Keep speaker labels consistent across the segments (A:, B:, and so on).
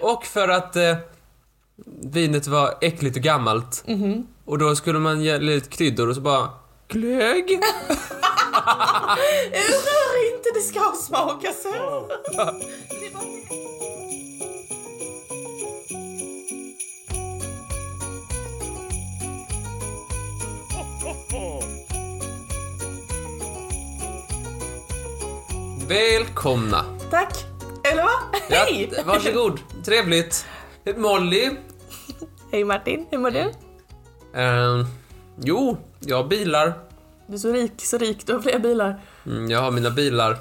A: och för att eh, vinet var äckligt och gammalt.
B: Mhm.
A: Och då skulle man ge lite kryddor och så bara glögg.
B: Rör inte, det ska smaka så.
A: Välkomna.
B: Tack. Eller va? Hej!
A: Ja, varsågod. Trevligt. Molly.
B: Hej Martin, hur mår du?
A: Eh, jo, jag har bilar.
B: Du är så rik, så rik. Du har flera bilar.
A: Mm, jag har mina bilar.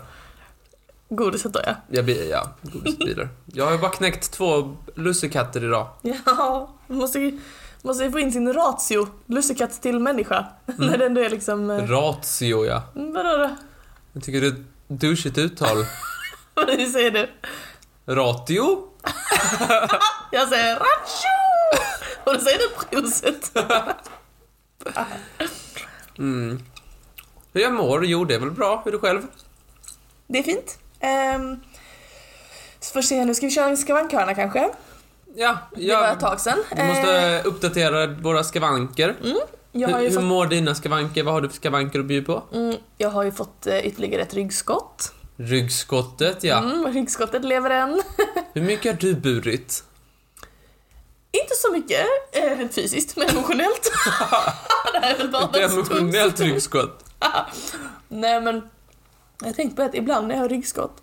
B: Godiset då ja.
A: Jag, bi- ja, godisbilar. jag har ju bara knäckt två lussekatter idag.
B: Ja, man måste ju måste ju få in sin ratio, lussekatt till människa.
A: Mm.
B: När det ändå är liksom... eh,
A: Ratio, ja.
B: mm, Vadå då?
A: Jag tycker det är ett douchigt uttal.
B: Hur säger du?
A: Ratio?
B: Jag säger ratio! Och då säger du proset.
A: Mm. Hur jag mår? Jo, det är väl bra. Hur är du själv?
B: Det är fint. Um, får se, nu ska vi köra en skavankhörna kanske.
A: Ja,
B: Det var
A: jag...
B: ett tag sedan.
A: Vi
B: Eh, Mm.
A: måste uppdatera våra skavanker.
B: jag, har
A: hur,
B: ju
A: hur
B: fått,
A: mår dina skavanker? Vad har du för skavanker att bjuda på?
B: mm, jag har ju fått eh, ytterligare ett ryggskott.
A: Ryggskottet, ja.
B: Mm, ryggskottet lever än.
A: Hur mycket har du burit?
B: Inte så mycket eh, rent fysiskt, men emotionellt. det här är väl bara
A: Det är
B: en stor-
A: emotionellt ryggskott.
B: Nej men, jag har tänkt på att ibland när jag har ryggskott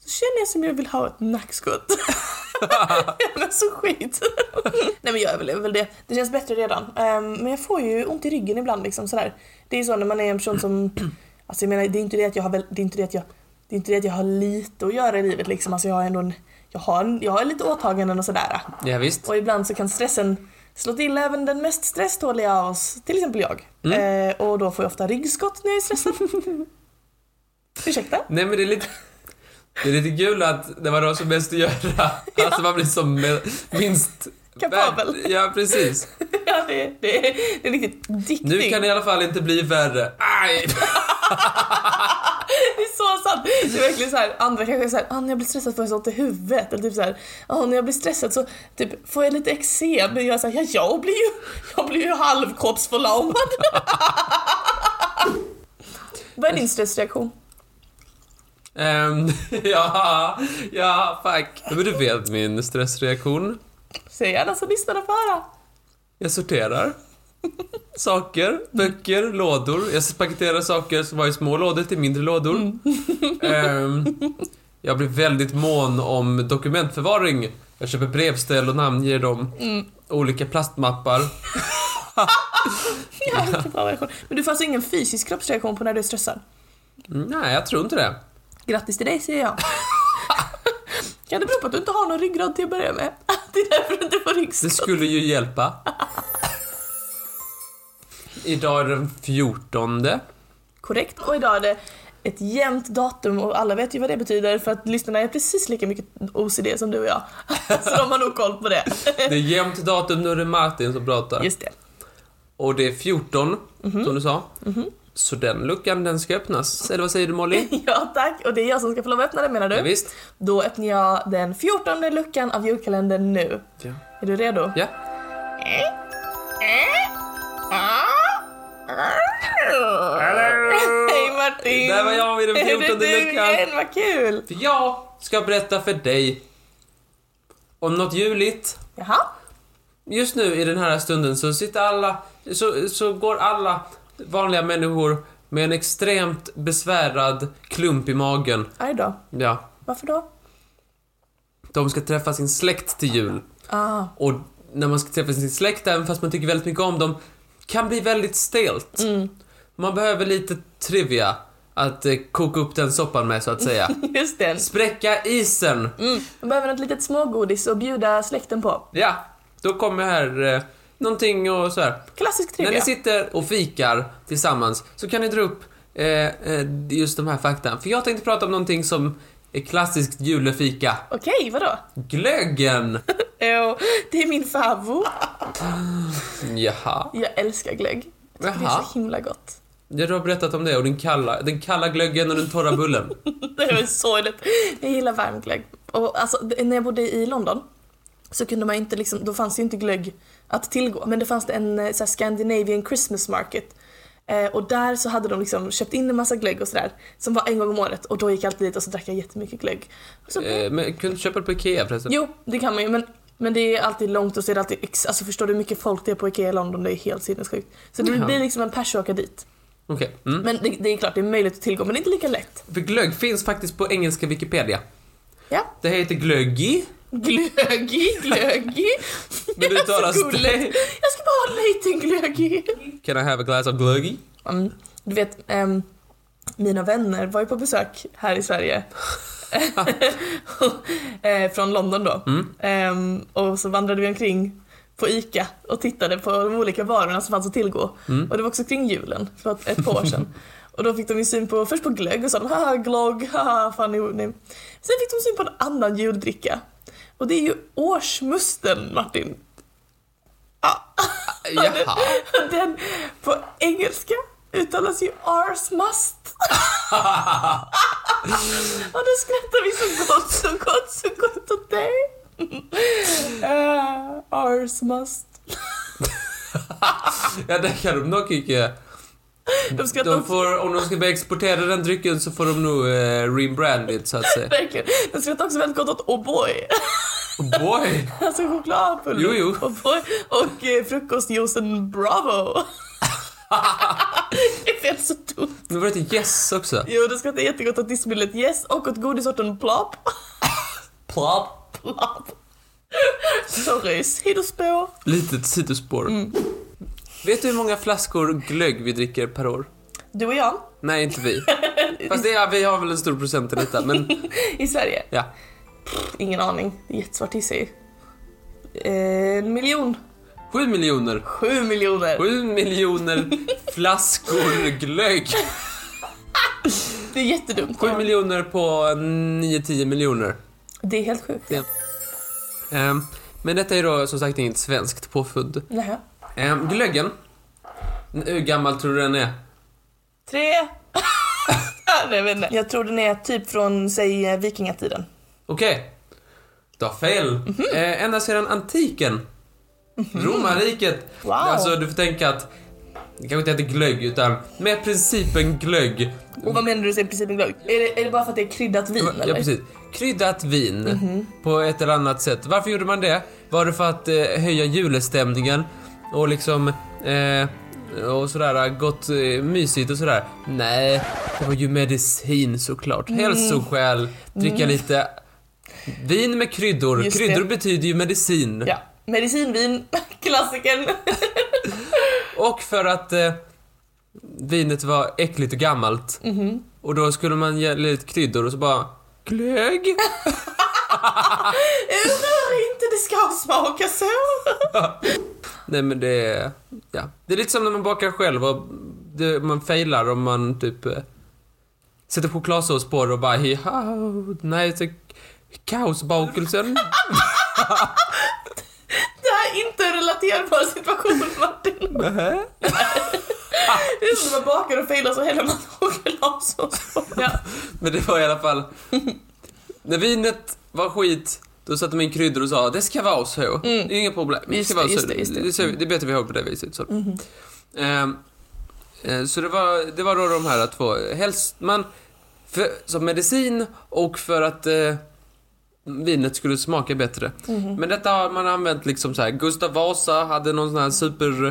B: så känner jag som jag vill ha ett nackskott. jag mår så skit. Nej men jag överlever väl det. Det känns bättre redan. Ehm, men jag får ju ont i ryggen ibland liksom sådär. Det är ju så när man är en person som, alltså jag menar det är inte det att jag har väl, det är inte det att jag, det är inte det att jag har lite att göra i livet liksom. Alltså jag har ändå en, jag har, en, jag har lite åtaganden och sådär.
A: Ja, visst.
B: Och ibland så kan stressen slå till även den mest stresståliga av oss, till exempel jag.
A: Mm.
B: Eh, och då får jag ofta ryggskott när jag är stressad. Ursäkta?
A: Nej men det är lite... Det är lite kul att det var de som mest att göra. Alltså man blir som me- minst...
B: Kapabel.
A: värd. Ja, precis.
B: ja, det, det, det är riktigt diktigt.
A: Nu kan det i alla fall inte bli värre. Aj!
B: Det är så sant! Det är verkligen så här, andra kanske är såhär, ah, när jag blir stressad får jag så ont i huvudet. Eller typ såhär, ah, när jag blir stressad så typ, får jag lite eksem. Men jag säger, ja jag blir ju, jag blir ju halvkroppsförlamad. Vad är din stressreaktion?
A: Ehm, ja, ja, fuck. Men du vet min stressreaktion.
B: Säg gärna så lyssnarna får höra.
A: Jag sorterar. Saker, böcker, lådor. Jag paketerar saker som var i små lådor till mindre lådor. Ehm, jag blir väldigt mån om dokumentförvaring. Jag köper brevställ och namnger dem. Olika plastmappar.
B: Ja, vilken bra version. Men du får alltså ingen fysisk kroppsreaktion på när du är stressad?
A: Mm, Nej, jag tror inte det.
B: Grattis till dig säger jag. kan det bero på att du inte har någon ryggrad till att börja med? det är därför du inte får
A: Det
B: ryggskott.
A: skulle ju hjälpa. Idag är det den 14.
B: Korrekt. Och idag är det ett jämnt datum och alla vet ju vad det betyder för att lyssnarna är precis lika mycket OCD som du och jag. Så de har nog koll på det.
A: Det är jämnt datum, nu är det Martin som pratar.
B: Just det.
A: Och det är 14, som du sa. Så den luckan, den ska öppnas. Eller vad säger du Molly?
B: Ja tack, och det är jag som ska få lov att öppna den menar
A: Ja,
B: du?
A: visst.
B: Då öppnar jag den 14 luckan av julkalendern nu.
A: Ja.
B: Är du redo?
A: ja.
B: Ah! Hej Martin!
A: Där var jag i den
B: Är det
A: 14
B: du
A: luckan.
B: igen? Vad kul!
A: För jag ska berätta för dig om något ljuvligt.
B: Jaha?
A: Just nu i den här stunden så sitter alla, så, så går alla vanliga människor med en extremt besvärad klump i magen.
B: Aj då.
A: Ja.
B: Varför då?
A: De ska träffa sin släkt till jul.
B: Ah,
A: Och när man ska träffa sin släkt, även fast man tycker väldigt mycket om dem, kan bli väldigt stelt.
B: Mm.
A: Man behöver lite trivia att eh, koka upp den soppan med, så att säga.
B: just det.
A: Spräcka isen!
B: Man behöver något litet smågodis att bjuda släkten på.
A: Ja, då kommer här eh, någonting och så här.
B: Klassisk
A: När ni
B: trivia.
A: sitter och fikar tillsammans så kan ni dra upp eh, eh, just de här faktan. För jag tänkte prata om någonting som är klassiskt julefika.
B: Okej, vadå?
A: Glöggen!
B: Jo, det är min favvo.
A: Jaha.
B: Jag älskar glögg. Jag tycker Det är
A: Jaha.
B: så himla gott.
A: Ja, Du har berättat om det och den kalla, den kalla glöggen och den torra bullen.
B: Det är så lätt. Jag gillar varm glögg. Och alltså, det- när jag bodde i London så kunde man ju inte liksom, då fanns ju inte glögg att tillgå. Men det fanns det en eh, så här, Scandinavian Christmas Market. Eh, och där så hade de liksom köpt in en massa glögg och sådär. Som var en gång om året och då gick jag alltid dit och så drack jag jättemycket glögg. Och så,
A: Eh, men kunde du köpa det på Ikea förresten?
B: Jo, det kan man ju men, men det är alltid långt och så är det alltid ex- Alltså förstår du hur mycket folk det är på Ikea i London? Det är helt sinnessjukt. Så det
A: Jaha.
B: blir liksom en pers att åka dit.
A: Okej. Mm.
B: Men det, det är klart det är möjligt att tillgå men det är inte lika lätt.
A: För glögg finns faktiskt på engelska Wikipedia.
B: Ja.
A: Det heter glöggi.
B: Glöggi, glöggi.
A: Men det uttalas
B: Så gulligt.
A: det.
B: Jag ska bara ha en liten glöggi.
A: Can I have a glass of glöggi?
B: Mm. Du vet, ehm, mina vänner var ju på besök här i Sverige. Eh, Från London då.
A: Mm.
B: Ehm, och så vandrade vi omkring på ICA och tittade på de olika varorna som fanns att tillgå.
A: Mm.
B: Och det var också kring julen, för ett, ett par år sedan. Och då fick de ju syn på, först på glögg och sa de haha glögg, haha funny nej. Sen fick de syn på en annan juldricka. Och det är ju årsmusten Martin.
A: Jaha.
B: Och Den på engelska uttalas ju ars must. Och då skrattar vi så gott, så gott, så gott åt dig. Uh, ars must.
A: Ja, det kan de nog inte.
B: De skrattar
A: De
B: också,
A: får, om de ska börja exportera den drycken så får de nog eh, rebrand it, så att säga.
B: verkligen. De skrattar också väldigt gott åt O'boy.
A: Oh boy!
B: Alltså chokladpulver.
A: Jo, jo.
B: O'boy och eh, frukostjuicen Bravo. Det är fel så dumt.
A: Nu var det ett yes också.
B: Jo, de skrattar jättegott åt diskmedlet Yes och åt godisorten Plop.
A: Plop.
B: Plop. Sorry, sidospår.
A: Litet sidospår. Vet du hur många flaskor glögg vi dricker per år?
B: Du och jag
A: Nej, inte vi. Fast det är, vi har väl en stor procent i detta, men
B: i Sverige.
A: ja.
B: Ingen aning. Det är jättesvårt att ju. Eh, En miljon.
A: Sju miljoner.
B: Sju miljoner.
A: Sju miljoner flaskor glögg.
B: Det är jättedumt.
A: Sju miljoner på nio, tio miljoner.
B: Det är helt sjukt.
A: Ja. Ehm, men detta är då som sagt inget svenskt påfund.
B: Nähä.
A: Ehm, glöggen. Hur gammal tror du den är?
B: Tre. Nej, jag vet inte. Jag tror den är typ från, säg, vikingatiden.
A: Okej. Du har fel. Eh, ända sedan antiken. Romarriket.
B: Wow.
A: Alltså, du får tänka att det kanske inte heter glögg, utan med principen glögg.
B: Och vad menar du säger principen glögg? Är det, är det bara för att det är kryddat vin eller? Mhm.
A: Ja, precis. Kryddat vin på ett eller annat sätt. Varför gjorde man det? Var det för att eh, höja julstämningen och liksom eh, och sådär gott eh, mysigt och sådär? Nej, det var ju medicin såklart.
B: Mm.
A: Hälsoskäl, dricka lite vin med kryddor.
B: Just
A: kryddor
B: det.
A: betyder ju medicin.
B: Ja. Medicinvin, klassikern.
A: Och för att eh, vinet var äckligt och gammalt.
B: Mhm.
A: Och då skulle man ge lite kryddor och så bara glögg.
B: Undrar inte det ska smaka så.
A: Nej men det är... Ja. Det är lite som när man bakar själv och det, man failar om man typ eh, sätter chokladsås på det och bara hiha, nej så kaosbakelsen.
B: Det här är inte en relaterbar situation Martin.
A: Nähä.
B: Det är som när man bakar och failar så häller man chokladsås på. Ja.
A: men det var i alla fall... När vinet var skit, då satte man in kryddor och sa det ska vara så. Det är inga problem. Det,
B: Mm. Just
A: ska
B: det,
A: vara så.
B: just det, just det. Mm-hmm.
A: Det, ser vi- det är bättre vi har på det viset. Så, Ehm, eh, så det, var, det var då de här två. Helst man för, som medicin och för att eh, vinet skulle smaka bättre. Men detta har man använt liksom så här. Gustav Vasa hade någon sån här super...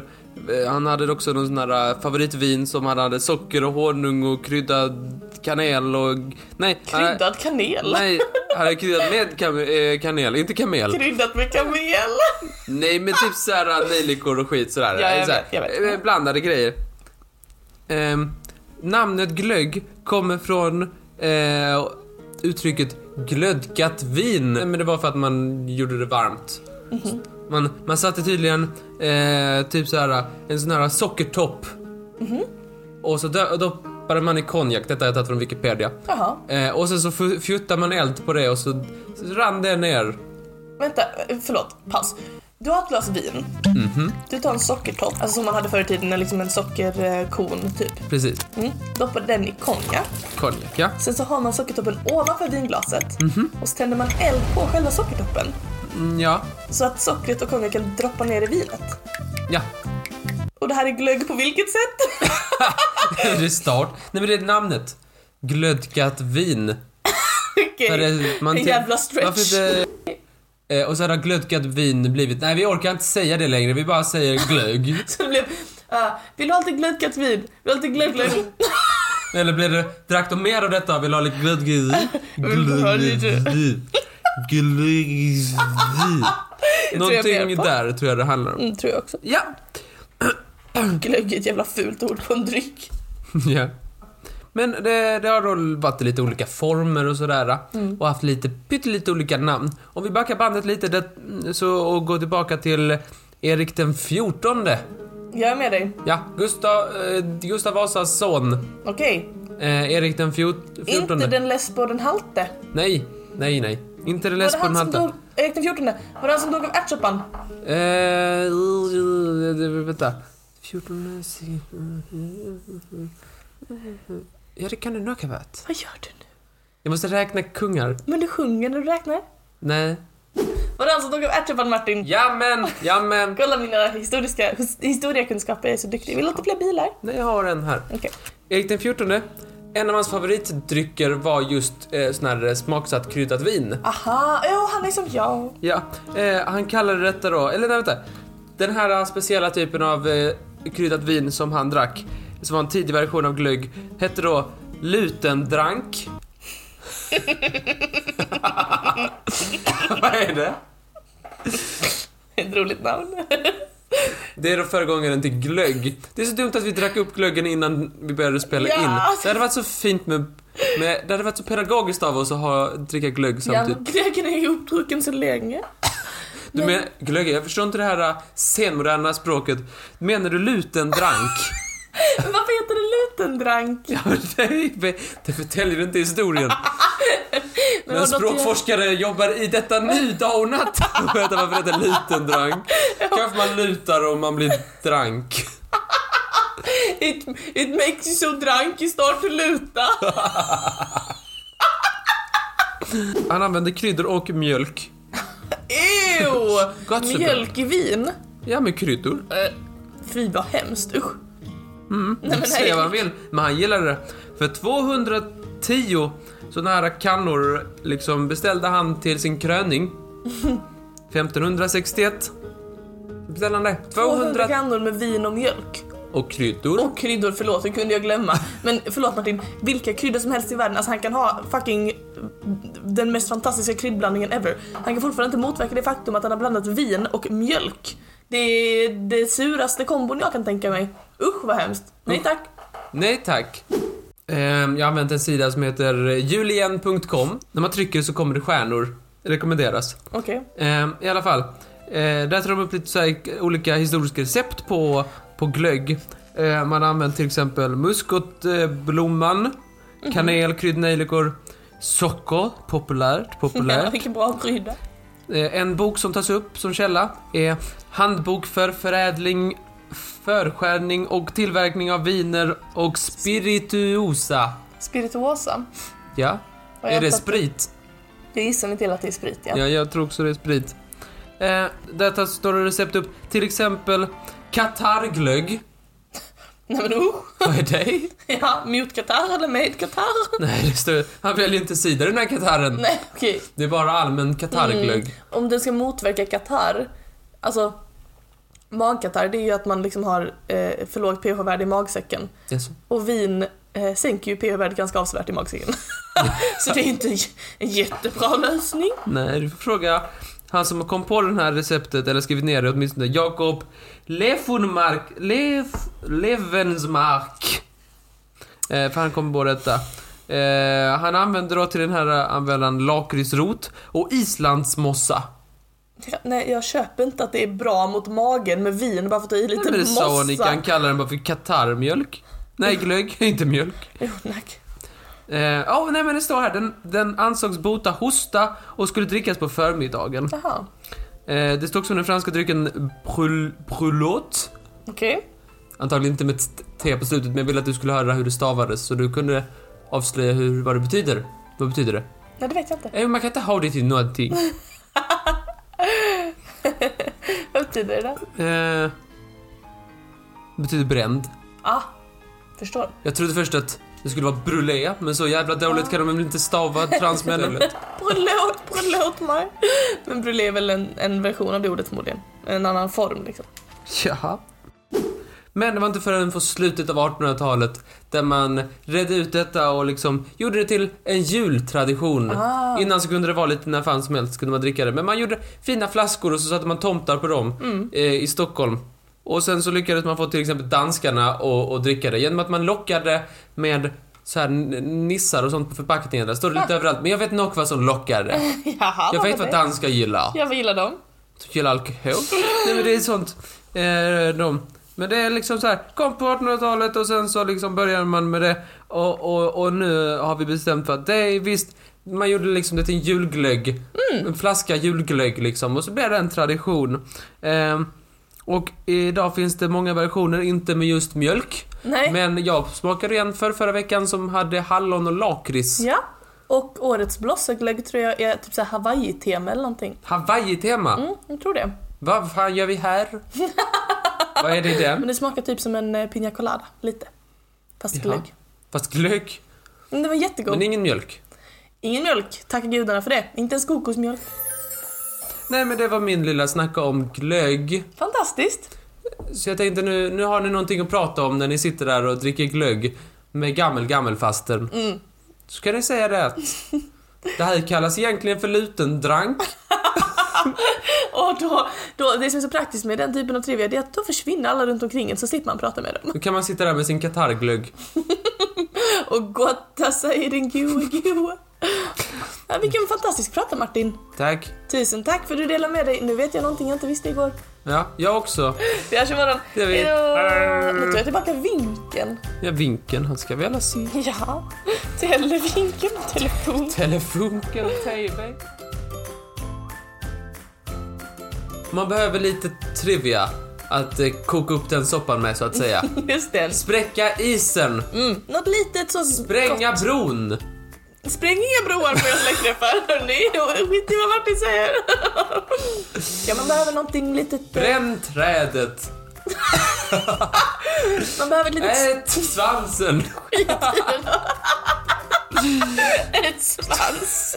A: eh, Han hade också någon sån här eh, favoritvin som han hade socker och honung och kryddad kanel och... Nej, han-
B: Kryddad kanel.
A: Nej, han hade kryddat med kam eh, kanel, inte kamel.
B: Kryddat med kamel.
A: Nej, men typ såhär nejlikor och skit sådär.
B: Ja, jag
A: såhär
B: vet, jag vet.
A: eh, Blandade grejer. Ehm, namnet glögg kommer från eh, uttrycket glödgat vin. Nej, men det var för att man gjorde det varmt.
B: Mhm.
A: Man, man satte tydligen eh, typ såhär en sån här sockertopp.
B: Mhm.
A: Och så dö- doppade man i konjak, detta har jag tagit från Wikipedia.
B: Jaha.
A: Eh, och sen så fu- fjuttade man eld på det och så så rann det ner.
B: Vänta, förlåt. Paus. Du har ett glas vin.
A: Mhm.
B: Du tar en sockertopp, alltså som man hade förr i tiden, liksom en sockerkorn typ.
A: Precis.
B: Mm. Doppar den i konjak.
A: Konjak, ja. Mhm.
B: Sen så har man sockertoppen ovanför vinglaset och så tänder man eld på själva sockertoppen.
A: Mm, ja.
B: Så att sockret och konjaken droppar ner i vinet.
A: Ja.
B: Och det här är glögg på vilket sätt?
A: det är start. Nej men det är namnet. Glödgat vin.
B: Okej,
A: För det- man
B: en
A: tänk-
B: jävla stretch.
A: Varför inte... Eh, och så hade glödgat vin blivit... Nej, vi orkar inte säga det längre. Vi bara säger glögg.
B: Så det blev, ah, vill du ha lite glödgat vin? Vill du ha lite glögglögg?
A: Mm. Eller blir det... Drack de mer av detta? Vill du ha lite glödgat vin?
B: Vill du ha lite-
A: Glödgat vin. Glöggat vin.
B: jag mer
A: Någonting
B: på.
A: där tror jag det handlar om.
B: Mm, tror jag också.
A: Ja.
B: Glögg är ett jävla fult ord på en dryck.
A: ja. Men det, det har då varit lite olika former och sådär.
B: Mm.
A: Och haft lite pyttelite olika namn. Om vi backar bandet lite det, så, och går tillbaka till Erik den fjortonde.
B: Jag är med dig.
A: Ja, Gustav, eh, Gustav Vasas son.
B: Okej.
A: Eh, Erik den fjort, fjortonde.
B: Inte den less på den halte.
A: Nej, nej, nej. Inte det
B: Var det
A: läs på den
B: han som
A: halta.
B: dog... Erik den fjortonde? Var det han som dog av ärtsoppan?
A: Eh, det- det- Eh, vänta. 14...
B: Mm.
A: Ja, det kan det nog ha varit.
B: Vad gör du nu?
A: Jag måste räkna kungar.
B: Men du sjunger när du räknar.
A: Nej.
B: Var det han som dog av ärtsoppan Martin?
A: Jamen, jamen.
B: Kolla mina historiska historiekunskaper, jag är så duktig. Vill du inte fler bilar?
A: Nej, jag har en här.
B: Okej.
A: Erik den fjortonde. En av hans favoritdrycker var just eh, sån här smaksatt kryddat vin.
B: Aha, jo han är som jag.
A: Ja, eh, han kallade detta då, eller nej vänta. Den här eh, speciella typen av eh, kryddat vin som han drack, som var en tidig version av glögg, hette då lutendrank. Vad är det?
B: Ett roligt namn.
A: Det är då föregångaren till glögg. Det är så dumt att vi drack upp glöggen innan vi började spela
B: Ja. alltså-
A: in. Det hade varit så fint med, med... Det hade varit så pedagogiskt av oss att ha, dricka glögg
B: Ja,
A: samtidigt.
B: Greken är ju uppdrucken så länge.
A: Du men, glögg, jag förstår inte det här eh, senmoderna språket. Menar du lutendrank?
B: Men Varför heter det lutendrank?
A: Ja, men nej, men det förtäljer inte historien.
B: det
A: Men
B: var något
A: språkforskare jobbar i detta nu dag och natt och vet varför det heter liten drank. Kanske man lutar om man blir drank.
B: It, it makes you so drunk you start to luta.
A: Han använder kryddor och mjölk.
B: Ew!
A: Gott så bra.
B: Mjölk i vin.
A: Ja, men kryddor.
B: Eh, Fy vad hemskt, usch. Nej, men
A: Säga vad han
B: nej.
A: vill, men han gillade det. För 210 sådana här kannor liksom beställde han till sin kröning. 1561. Beställde han det.
B: 200
A: 200
B: kannor med vin och mjölk.
A: och kryddor.
B: Och kryddor, förlåt, hur kunde jag glömma? Men förlåt Martin, vilka kryddor som helst i världen, alltså han kan ha fucking den mest fantastiska kryddblandningen ever. Han kan fortfarande inte motverka det faktum att han har blandat vin och mjölk. Det är det suraste kombon jag kan tänka mig. Usch vad hemskt. Nej tack.
A: Nej tack. Ehm, Jag har använt en sida som heter julien.com. När man trycker så kommer det stjärnor. Rekommenderas.
B: Okej.
A: Ehm, I alla fall. eh, Där tar de upp lite så här olika historiska recept på, på glögg. Ehm, Man har använt till exempel muskotblomman, kanel, kryddnejlikor, socker, populärt,
B: Ja,
A: populärt.
B: vilken bra krydda.
A: Eh, En bok som tas upp som källa är Handbok för förädling, förskärning och tillverkning av viner och spirituosa.
B: Spirituosa.
A: Ja,
B: Vad
A: är det
B: hjälper-
A: sprit?
B: Jag gissar mig till att det är sprit ja.
A: Ja, jag tror också det är sprit. Eh, där tas- står det recept upp, till exempel Katarglögg.
B: Nej men usch.
A: Vad är det?
B: Ja, mot Qatar eller med Qatar?
A: Nej, det står, han väljer inte sida den här katarren.
B: Nej Mm. okej.
A: Det är bara allmän katarglögg.
B: Om den ska motverka Qatar, alltså magkatarr det är ju att man liksom har eh, för lågt pH-värde i magsäcken.
A: Jaså?
B: Och vin eh, sänker ju pH-värdet ganska avsevärt i magsäcken. Så det är inte en j- en jättebra lösning.
A: Nej, du får fråga han som kom på det här receptet, eller skrivit ner det åtminstone, Jakob Lefunmark, Lef, Levensmark. Eh, för han kom på detta. Eh, han använder då till den här användaren lakritsrot och islandsmossa.
B: Ja, Nej, jag köper inte att det är bra mot magen med vin bara för att ta i lite
A: Nej, men det sa hon inte,
B: mossa.
A: han kallar den bara för katarrmjölk. Nej, glögg, inte mjölk.
B: Jo, tack.
A: Eh, ja, nej men det står här, den, den ansågs bota hosta och skulle drickas på förmiddagen.
B: Jaha,
A: Eh, det står också om den franska drycken brul, brulot.
B: okej.
A: Antagligen inte med ett T på slutet, men jag ville att du skulle höra hur det stavades så du kunde avslöja hur, vad det betyder. Vad betyder det?
B: Nej, det vet jag inte.
A: Eh, man kan inte ha det till någonting.
B: betyder det?
A: Eh, betyder bränd.
B: Ah, förstår.
A: Jag trodde först att det skulle vara brulé, men så jävla dåligt kan de väl inte stava transmännen.
B: Förlåt, förlåt mig. Men brûlé är väl en, en version av det ordet förmodligen. En annan form liksom.
A: Jaha. Men det var inte förrän på slutet av 1800-talet där man redde ut detta och liksom gjorde det till en jultradition.
B: Ah.
A: Innan så kunde det vara lite när fan som helst kunde man dricka det. Men man gjorde fina flaskor och så satte man tomtar på dem
B: Mm.
A: eh, i Stockholm. Och sen så lyckades man få till exempel danskarna att att dricka det genom att man lockade med så här n- nissar och sånt på förpackningen. Där står det lite överallt. Men jag vet nog vad som lockar det.
B: Jaha,
A: Jag vet
B: var
A: vad
B: Ah. det.
A: danskar gillar.
B: Jag vad gillar dem.
A: Gillar alkohol? Nej men det är sånt. Eh, de. Men det är liksom så här, kom på 1800-talet och sen så liksom började man med det. Och, och, och nu har vi bestämt för att det är visst, man gjorde liksom det till en julglögg.
B: Mm.
A: En flaska julglögg liksom. Och så blev det en tradition. Eh, och idag finns det många versioner, inte med just mjölk.
B: Nej.
A: Men jag smakade en för förra veckan som hade hallon och lakrits.
B: Ja. Och årets blossaglögg tror jag är typ såhär hawaii-tema eller någonting.
A: Hawaii-tema.
B: Mm, jag tror det.
A: Vad fan gör vi här? Vad är det i den?
B: Men det smakar typ som en eh, piña colada, lite. Fast
A: Jaha.
B: glögg.
A: Fast glögg.
B: Men den var jättegod.
A: Men ingen mjölk.
B: Ingen mjölk, tacka gudarna för det. Inte ens kokosmjölk.
A: Nej men det var min lilla snacka om glögg.
B: Fantastiskt.
A: Så jag tänkte nu, nu har ni någonting att prata om när ni sitter där och dricker glögg med gammel gammelfasten.
B: Mm.
A: Så kan ni säga det att det här kallas egentligen för lutendrank.
B: Och då, då, det som är så praktiskt med den typen av trivia det är att då försvinner alla runt omkring en så slipper man prata med dem.
A: Då kan man sitta där med sin katarrglögg.
B: Och gotta sig i den goa goa. Ja, vilken fantastisk prata Martin.
A: Tack.
B: Tusen tack för att du delade med dig. Nu vet jag någonting jag inte visste igår.
A: Ja, jag också.
B: Vi hörs imorgon.
A: Det gör vi.
B: Hejdå! Nu tar jag tillbaka vinkeln.
A: Ja, vinkeln, han ska väl ha sin
B: Ja, televinkeln, telefon.
A: telefonkel TV. Man behöver lite trivia att eh, koka upp den soppan med så att säga.
B: Just det.
A: Spräcka isen!
B: Mm. Något litet så...
A: Spränga bron!
B: Spräng inga broar på era släktträffar hörni. Och Skit i vad Martin säger. Ja, man behöver någonting litet...
A: Bränn trädet!
B: Man behöver ett litet
A: Ät svansen!
B: ett svans.